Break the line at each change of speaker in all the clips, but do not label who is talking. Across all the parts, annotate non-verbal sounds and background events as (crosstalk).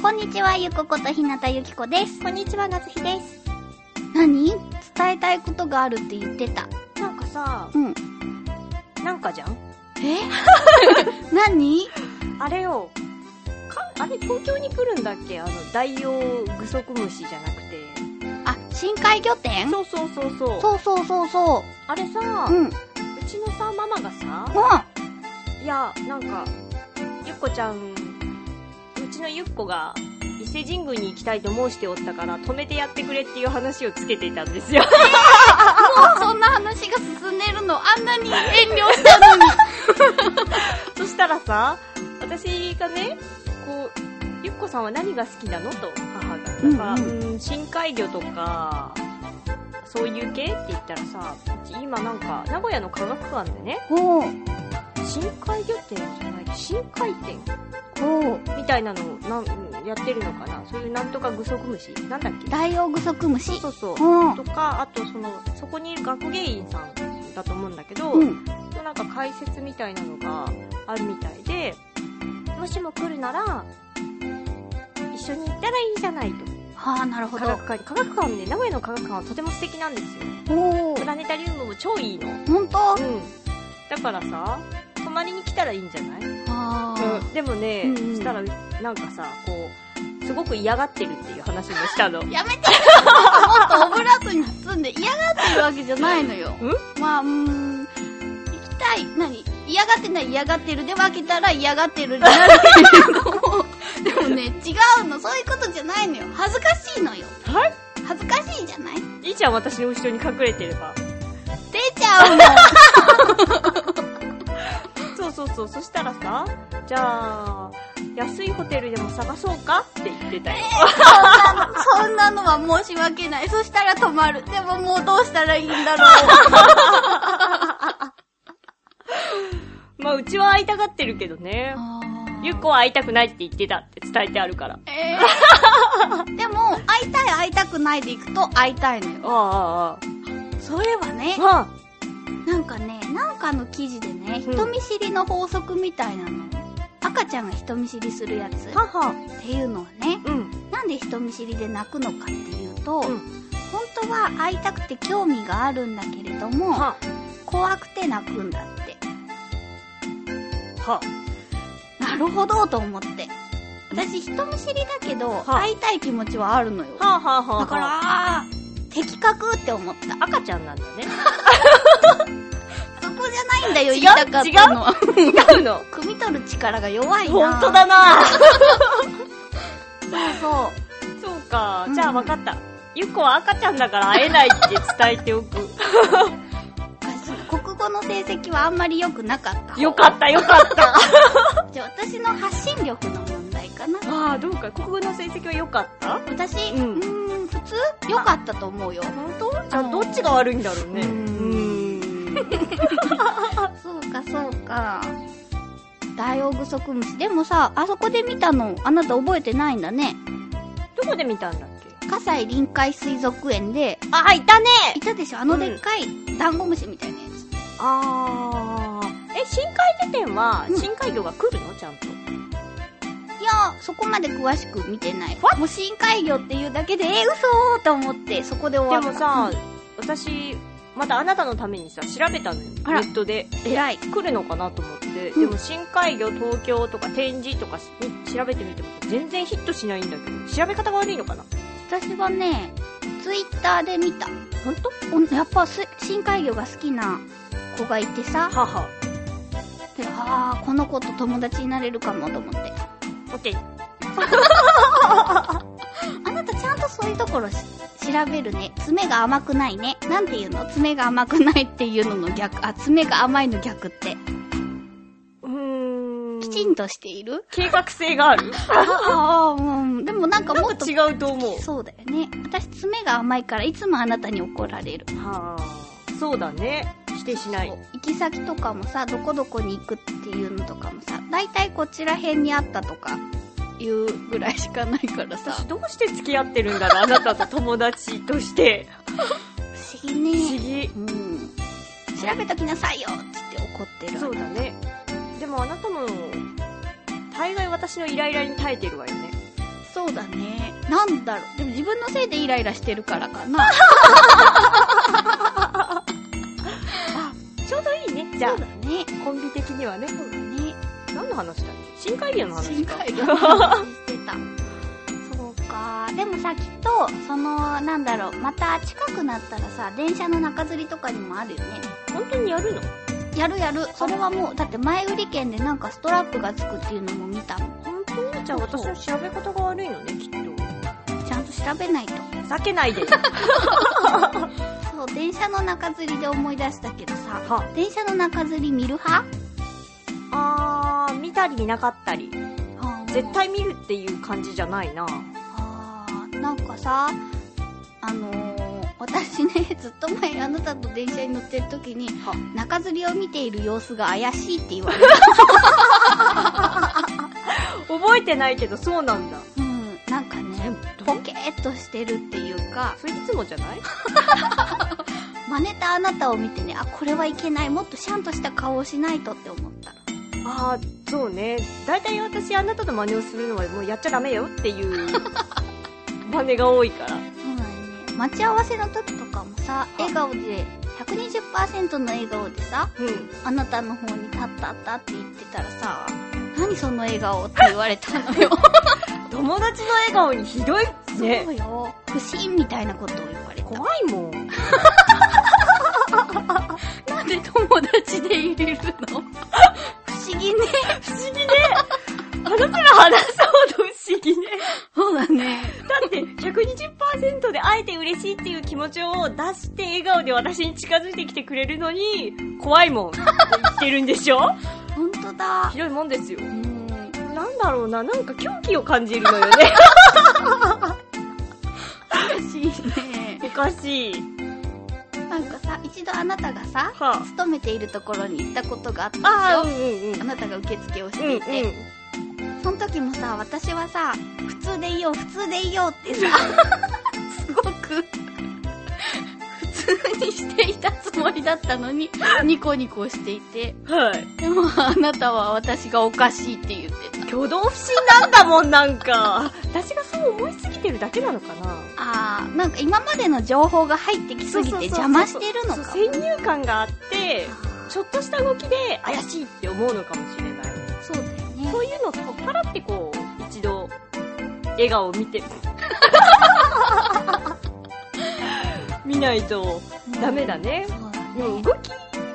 こんにちはゆこことひなたゆきこです
こんにちは、夏日です。
何伝えたいことがあるって言ってた
なんかさ、
うん
なんかじゃん
え (laughs) 何
あれよ、かあれ東京に来るんだっけあの、ダイオウグソクムシじゃなくて。
あ、深海魚店
そうそうそうそう。
そうそうそうそ
あれさ、
う。
う
うん。うん。
ちのさ、ママがさ、いや、なんか、ゆっこちゃん、うちのゆっこが、伊勢神宮に行きたいと申しておったから、止めてやってくれっていう話をつけていたんですよ。
そんな話が進んでるの、あんなに遠慮したのに。
そしたらさ、私がね、こう、ゆっこさんは何が好きなのと、母が。だから、
う
うんん深海魚とか、そういう系って言ったらさ、うち今なんか、名古屋の科学館でね、
ほう、
深海魚店じゃない、深海店
ほ (laughs) う。
みたいなのをなんうんやってるのかなそういうなんとかグソクムシなんだっけ
ダイオウグソクムシ。
そうそう。
ほう。
とか、あとその、そこにいる学芸員さんだと思うんだけど、
うん。
となんか解説みたいなのがあるみたいで、もしも来るなら、一緒に行ったらいいじゃないと。
はあ、なるほ
科
ど
学。館に。科学館ね、名古屋の科学館はとても素敵なんですよ。
ほう
プ。ラネタリウムも超いいの。うん。
ほんとあ
だからさ、泊まりに来たらいいんじゃない
あ。
でもね、
うんうん
そしたら、なんかさ、こう、すごく嫌がってるっていう話もしたの。
やめてもっとオブラートに包んで嫌がってるわけじゃないのよ。まあ、うーん。行きたい。何嫌がってない嫌がってるで分けたら嫌がってるになるけれども。でも (laughs) ね、違うの。そういうことじゃないのよ。恥ずかしいのよ。
はい
恥ずかしいじゃない
いいじゃん、私の後ろに隠れてれば。
出ち (laughs) ゃうの。
そうそうそう、そしたらさ、じゃあ、安いホテルでも探そうかって言ってたよ。
そんなのは申し訳ない。そしたら止まる。でももうどうしたらいいんだろう。
まあ、うちは会いたがってるけどね。ゆっこは会いたくないって言ってたって伝えてあるから。
えーでも、会いたい会いたくないで行くと会いたいのよ。
ああ、あ
そういえばね
あ、、あ
なんかね、なんかの記事でね、
うん
人見知りの法則みたいなの。赤ちゃんが人見知りするやつっ
あ、はは、
ていうのはね、
うん、
なんで人見知りで泣くのかっていうと、
うん
本当は会いたくて興味があるんだけれども、
は、
怖くて泣くんだって。
は、
なるほどと思って。私人見知りだけど、
あ
会いたい気持ちはあるのよ。
はあ、はあ、はあ。
だから、、あー的確って思った。
赤ちゃんなんだね。
そこじゃないんだよ、
違
言
う
いたかったのは。
違うの。
(laughs) 汲み取る力が弱いな。
本当。だな
そう
そうか
う、ん
じゃあ分かった。ゆっこは赤ちゃんだから会えないって伝えておく。
そう。私、国語の成績はあんまり良くなかった。
よかった、よかった。
た。じゃあ私の発信力の問題かな。
ああ、どうか、国語の成績は良かった
私、う
うん
ーん、普通良かったと思うよ。
本当じゃあ、どっちが悪いんだろうね。
うーん
うーん
そうか、そうか。ダイオウグソクムシ。でもさ、あそこで見たの、あなた覚えてないんだね。
どこで見たんだっけ
葛西臨海水族園で、
あ、いたね
いたでしょあのでっかいダンゴムシみたいなやつ。
あー。え、深海魚店は
う、ん
深海魚が来るのちゃんと。
いやー、そこまで詳しく見てない。もう深海魚っていうだけで、えー、嘘ーと思って、そこで終わ
で
った。
もさ、私、またあなたのためにさ、調べたのよ。ネ
あら
ットで。
うん、偉い。
来るのかなと思って。
うん
でも、深海魚、東京とか展示とかし調べてみても、全然ヒットしないんだけど、調べ方が悪いのかな
私はね、ツイッターで見た。
ほんと
おやっぱす、深海魚が好きな子がいてさ、
はは。
であー、この子と友達になれるかもと思って。
オッケー。
あなたちゃんとはそういうところし調べるね。爪が甘くないね。なんていうの爪が甘くないっていうのの逆。あ、爪が甘いの逆って。
うーん。
きちんとしている
計画性がある
ああ、うん。でもなんか
なん
も
か
っと、
違うと思う。
そうだよね。私爪が甘いからいつもあなたに怒られる。
はあ。そうだね。否定しない
そう。行き先とかもさどこどこに行くっていうのとかもさ大体こちら辺にあったとかいうぐらいしかないからさ
私どうして付き合ってるんだろう、あなたと友達として。
(laughs) 不思
不
議
思
ね
議。
うん調べときなさいよっつって怒ってる
そうだね。でもあなたも、大概私のイライラに耐えてるわよね。
そうだねなんだろうでも自分のせいでイライラしてるからかな
ちょうどいいね。じ
そ
ゃ
うだね
あ、コンビ的にはね。
そうだね
何の話だっけ深海魚の話
深
か。
海魚の話してたそうかでもさきっとそのなんだろうまた近くなったらさ電車の中吊りとかにもあるよね
本当にやるの
やるやるそれはもうだって前売り券でなんかストラップがつくっていうのも見たもん
本当じゃあ私の調べ方が悪いのね、きっと。
ちゃんと調べないと
避けない
(laughs)
で。
そう電車の中吊りで思い出したけどさ
は
電車の中吊り見る派
あー、見たり見なかったり。絶対見るっていう感じじゃないな。
あーなんかさあのー、私ね (laughs) ずっと前あなたと電車に乗ってる時に
は
中吊りを見ている様子が怪しいって言われた
覚えてないけどそうなんだ。
うんなんかねポケーっとしてるっていうか
それいつもじゃない
真似たあなたを見てねあこれはいけないもっとシャンとした顔をしないとって思った
あー、そうね。大体私あなたの真似をするのはもうやっちゃダメよっていう (laughs) 真似が多いから。
そうだよね。待ち合わせの時とかもさ、笑顔で、120%の笑顔でさ、
うん。
あなたの方に立ったったって言ってたらさ、何その笑顔って言われたのよ。
友達の笑顔にひどい (laughs) ね
そ。うよ。不審みたいなことを言われ
怖いもん。
た。なんで友達で入れる (laughs) の不思議ね。
不思議ね。あなたが話すほど不思議ね。
そうだね。
だって120%であえて嬉しいっていう気持ちを出して笑顔で私に近づいてきてくれるのに、怖いもんって言ってるんでしょ
ほんとだ。
(laughs) ひどいもんですよ。
うん。
なんだろうな、なんか狂気を感じるのよ (laughs) ね。
嬉しいね。
おかしい。
なんかさ、一度あなたがさ、
は
勤めているところに行ったことがあったでしょ
あ、あー、うんうんうん
あ。なたが受付をし
うん
て
う
い
ん
て、。その時もさ、私はさ、普通でいいよ、普通でいいよってさ、
(laughs)
すごく、普通にしていたつもりだったのに、ニコニコしていて、
はい。
でもあなたは私がおかしいって言ってた。
挙動不審なんだもん、なんか。私がそう思いすぎてるだけなのかな。
あー、なんか今までの情報が入ってきすぎて邪魔してるの
そう
か
先入観があって、ちょっとした動きで怪しいって思うのかもしれない。
そうだよね。
そういうのをパラってこう、一度、笑顔を見 (laughs) て。見ないと、ダメだね。
そうだ
でも
ね。
動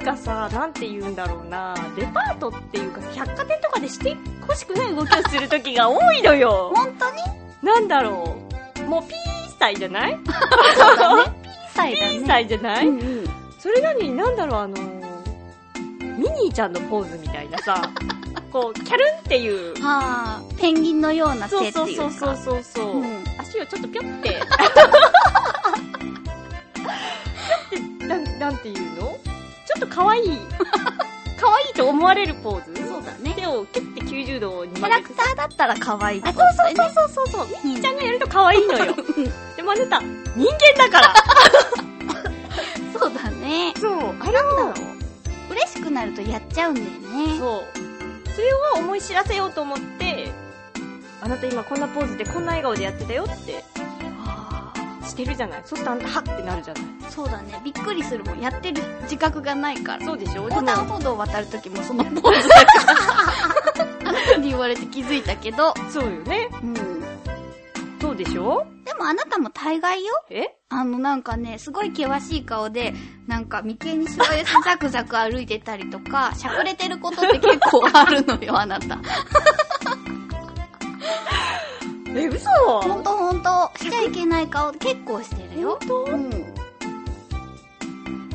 きがさ、なんて言うんだろうな、デパートっていうか、百貨店とかでしてほしくない動きをする時が多いの
(laughs)
よ。
本当に
なんだろう。もうピーしたいじゃない
そうだね。ピーサイ
(laughs) ピ
だ
ーした
ね。
いじゃない、
うんうん。
それなのになんだろう、あのミニーちゃんのポーズみたい
(laughs)
なさ、こう、キャルンっていう。
あー、ペンギンのような手って
そ
いううか。
そうそうそうそうそう、
うん
足をちょっとぴょって
(laughs)
ピョってなんなんていうのちょっと可愛い可愛いと思われるポーズ
そうだね。
手をキュッて90度に
キャ
曲げ
ラ
て
クターだったら可愛い
あ
と
そ
かね。
うそうそうそうそうそう
うん
ちゃんがやると可愛いのよでもあなた人間だから
そうだね。
そうあれなんだろ
嬉しくなるとやっちゃうんだよね。
そうそれを思い知らせようと思ってあなた今こんなポーズでこんな笑顔でやってたよって
あ
してるじゃないそしたらあんたハッてなるじゃない
ーそうだね。びっくりするもん。やってる自覚がないから。
そうでしょ
横断
で
歩道を渡るときもそのポーズだ
(laughs)
から。あなたに言われて気づいたけど。
もそうよね。
うん。で
そうでしょ
もあなたも大概よ。
え
あのなんかね、すごい険しい顔で、なんか眉間にしわ寄せザクザク歩いてたりとか、しゃくれてることって結構あるのよ、あなた。
え、嘘
ほんとほんと。しちゃいけない顔結構してるよ。う
当
ん。うん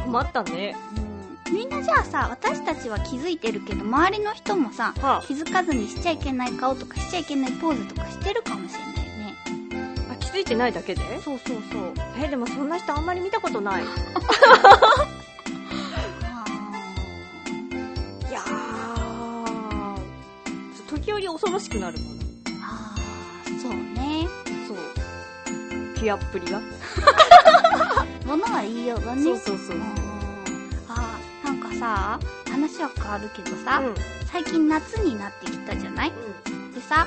困ったね。
みんなじゃあさ、私たちは気づいてるけど、周りの人もさ、
は
気づかずにしちゃいけない顔とかしちゃいけないポーズとかしてるかもしれないよね。
あ、あ気づいてないだけで
そうそうそう。
え、でもそんな人あんまり見たことない。い
あ
やー、ちょ時折恐ろしくなるもん。
ーあー、そうね。
そう。ピアっぷりが。
ものは言いようだね。
そうそううん
あー、なんかさ、話は変わるけど
あ、
さ、
うん。
最近夏になってきたじゃないでさ、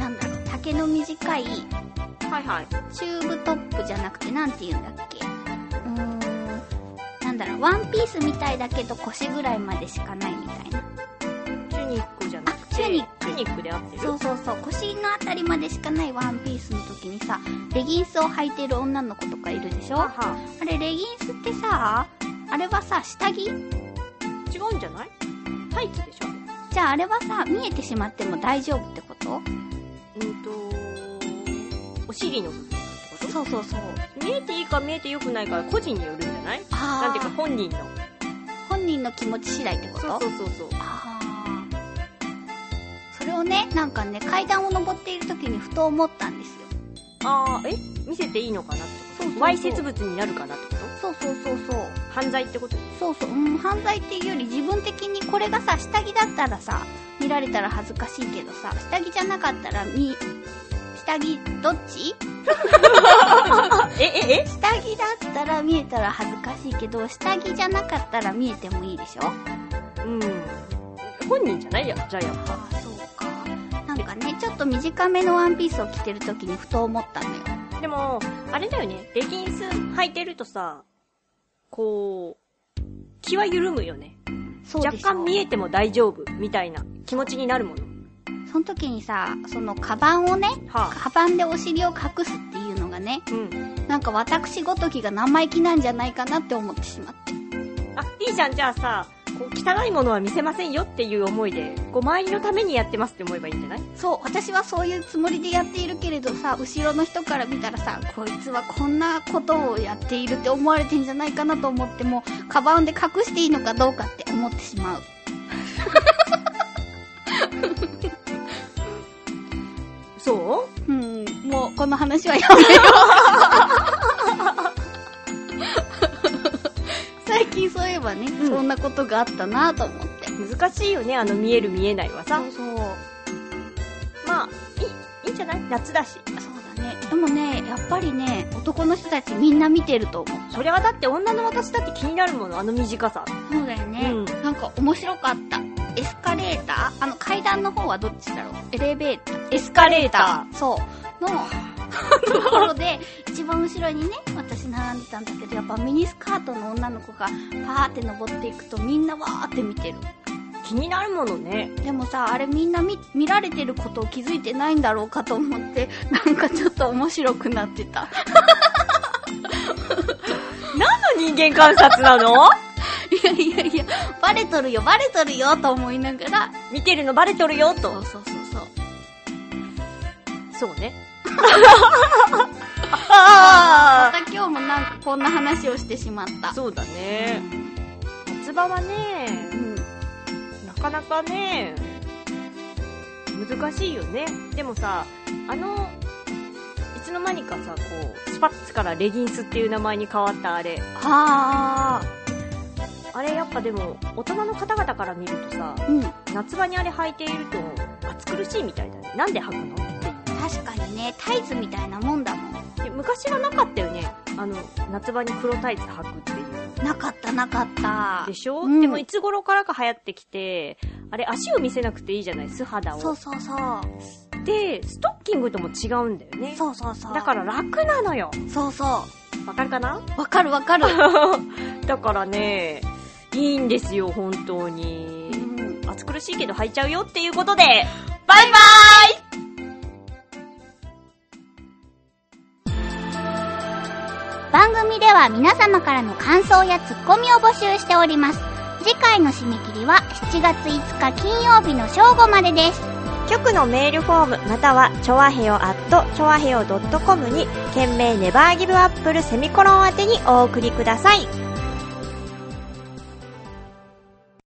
なんだろう、丈の短い
はいはい。
チューブトップじゃなくて、なんて言うんだっけ。うーん、なんだろう、ワンピースみたいだけど腰ぐらいまでしかないみたいな。
チュニックじゃなくて。
チュニック
チュニックで合ってる
そうそうそう、腰のあたりまでしかないワンピースの時にさ、レギンスを履いてる女の子とかいるでしょ
は
あ
は。
れ、レギンスってさ、あれはさ、下着
違うんじゃないタイツでしょ
じゃああれはさ、見えてしまっても大丈夫ってこと
うんとお尻の部分ってこと
そうそうそう。
見えていいか見えてよくないかは個人によるんじゃない
あー
なんていうか本人の
本人の気持ち次第ってこと
そうそうそうそう
あーそれをね、なんかね、階段を登っている時にふと思ったんですよ。
ああえ見せていいのかなって
そうそうそ
こ
う
とわいせつ物になるかなってこと
そうそうそうそう。
犯罪ってこと
そうそう、うん、犯罪っていうより自分的にこれがさ、下着だったらさ、見られたら恥ずかしいけどさ、下着じゃなかったら、み、下着、どっち
えええ
下着だったら見えたら恥ずかしいけど、下着じゃなかったら見えてもいいでしょ
うん本人じゃないやじゃあやっぱ
ああ、そうか。なんかね、ちょっと短めのワンピースを着てる時にふと思ったのよ。
でもあれだよねレギンス履いてるとさこう気は緩むよね
そう
若
でしょ
干見えても大丈夫みたいな気持ちになるもの
その時にさ、そのカバンをね、
はあ
カバンでお尻を隠すっていうのがね、
うん
なんか私ごときが生意気なんじゃないかなって思ってしまって。
あ、いいじゃん、じゃあさ、こう汚いものは見せませんよっていう思いで、こう、周りのためにやってますって思えばいいんじゃない
そう、私はそういうつもりでやっているけれどさ、後ろの人から見たらさ、こいつはこんなことをやっているって思われてんじゃないかなと思っても、カバンで隠していいのかどうかって思ってしまう。
そ
うん、もうこの話はやめよう。最近そういえばね、
ん
そんなことがあったなと思って。
う難しいよね、あの、見える見えないはさ。
そう。
まあ、いい、いいんじゃない夏だし。
そうだね。でもね、やっぱりね、男の人たちみんな見てると思う。
それはだって女の私だって気になるもの、あの短さ。
そうだよね。
うん
なんか面白かった。エスカレーターあの階段の方はどっちだろうエレベーター
エスカレータ
そう。の、ところで、一番後ろにね、私並んでたんだけど、やっぱミニスカートの女の子がパーって登っていくとみんなわーって見てる。
ー。気になるものね。
でもさ、あれみんな見、見られてることを気づいてないんだろうかと思って、なんかちょっと面白くなってた。
何の人間観察なの
いやいやいや、バレとるよ、バレとるよ、と思いながら、
(laughs) 見てるのバレとるよ、
そ
と
う。そうそうそう。
そう (laughs) ね。あ
また今日もなんかこんな話をしてしまった。
あそうだね。夏場はね
う、ん。
なかなかね、難しいよね。でもさ、あの、いつの間にかさ、こう、スパッツからレギンスっていう名前に変わったあれ。
あ
あれやっぱでも、大人の方々から見るとさ、
ー。うん。
夏場にあれ履いていると、暑苦しいみたいだね。なんで履くのっていう
確かにね、タイツみたいなもんだもん。
で昔はなかったよね。あの、夏場に黒タイツ履くっていう。
なかったなかった。
でしょ、
うん
でもいつ頃からか流行ってきて、あれ足を見せなくていいじゃない素肌
そう
を。
そうそう。
で、ストッキングとも違うんだよね。
そうそうそう。
だから楽なのよ。
ら。そうそ
わかるか (laughs) な
う。わかるわかる。
だからね、いいんですよ、本当
う
に。
ん
暑苦しいけど履いちゃうよっていうことで、
バイバイ番組では皆様からの感想やツッコミを募集しております。次回の締め切りは7月5日金曜日の正午までです。
局のメールフォームまたはチョアヘヨアットチョアヘヨ .com に件名ネバーギブアップルセミコロン宛てにお送りください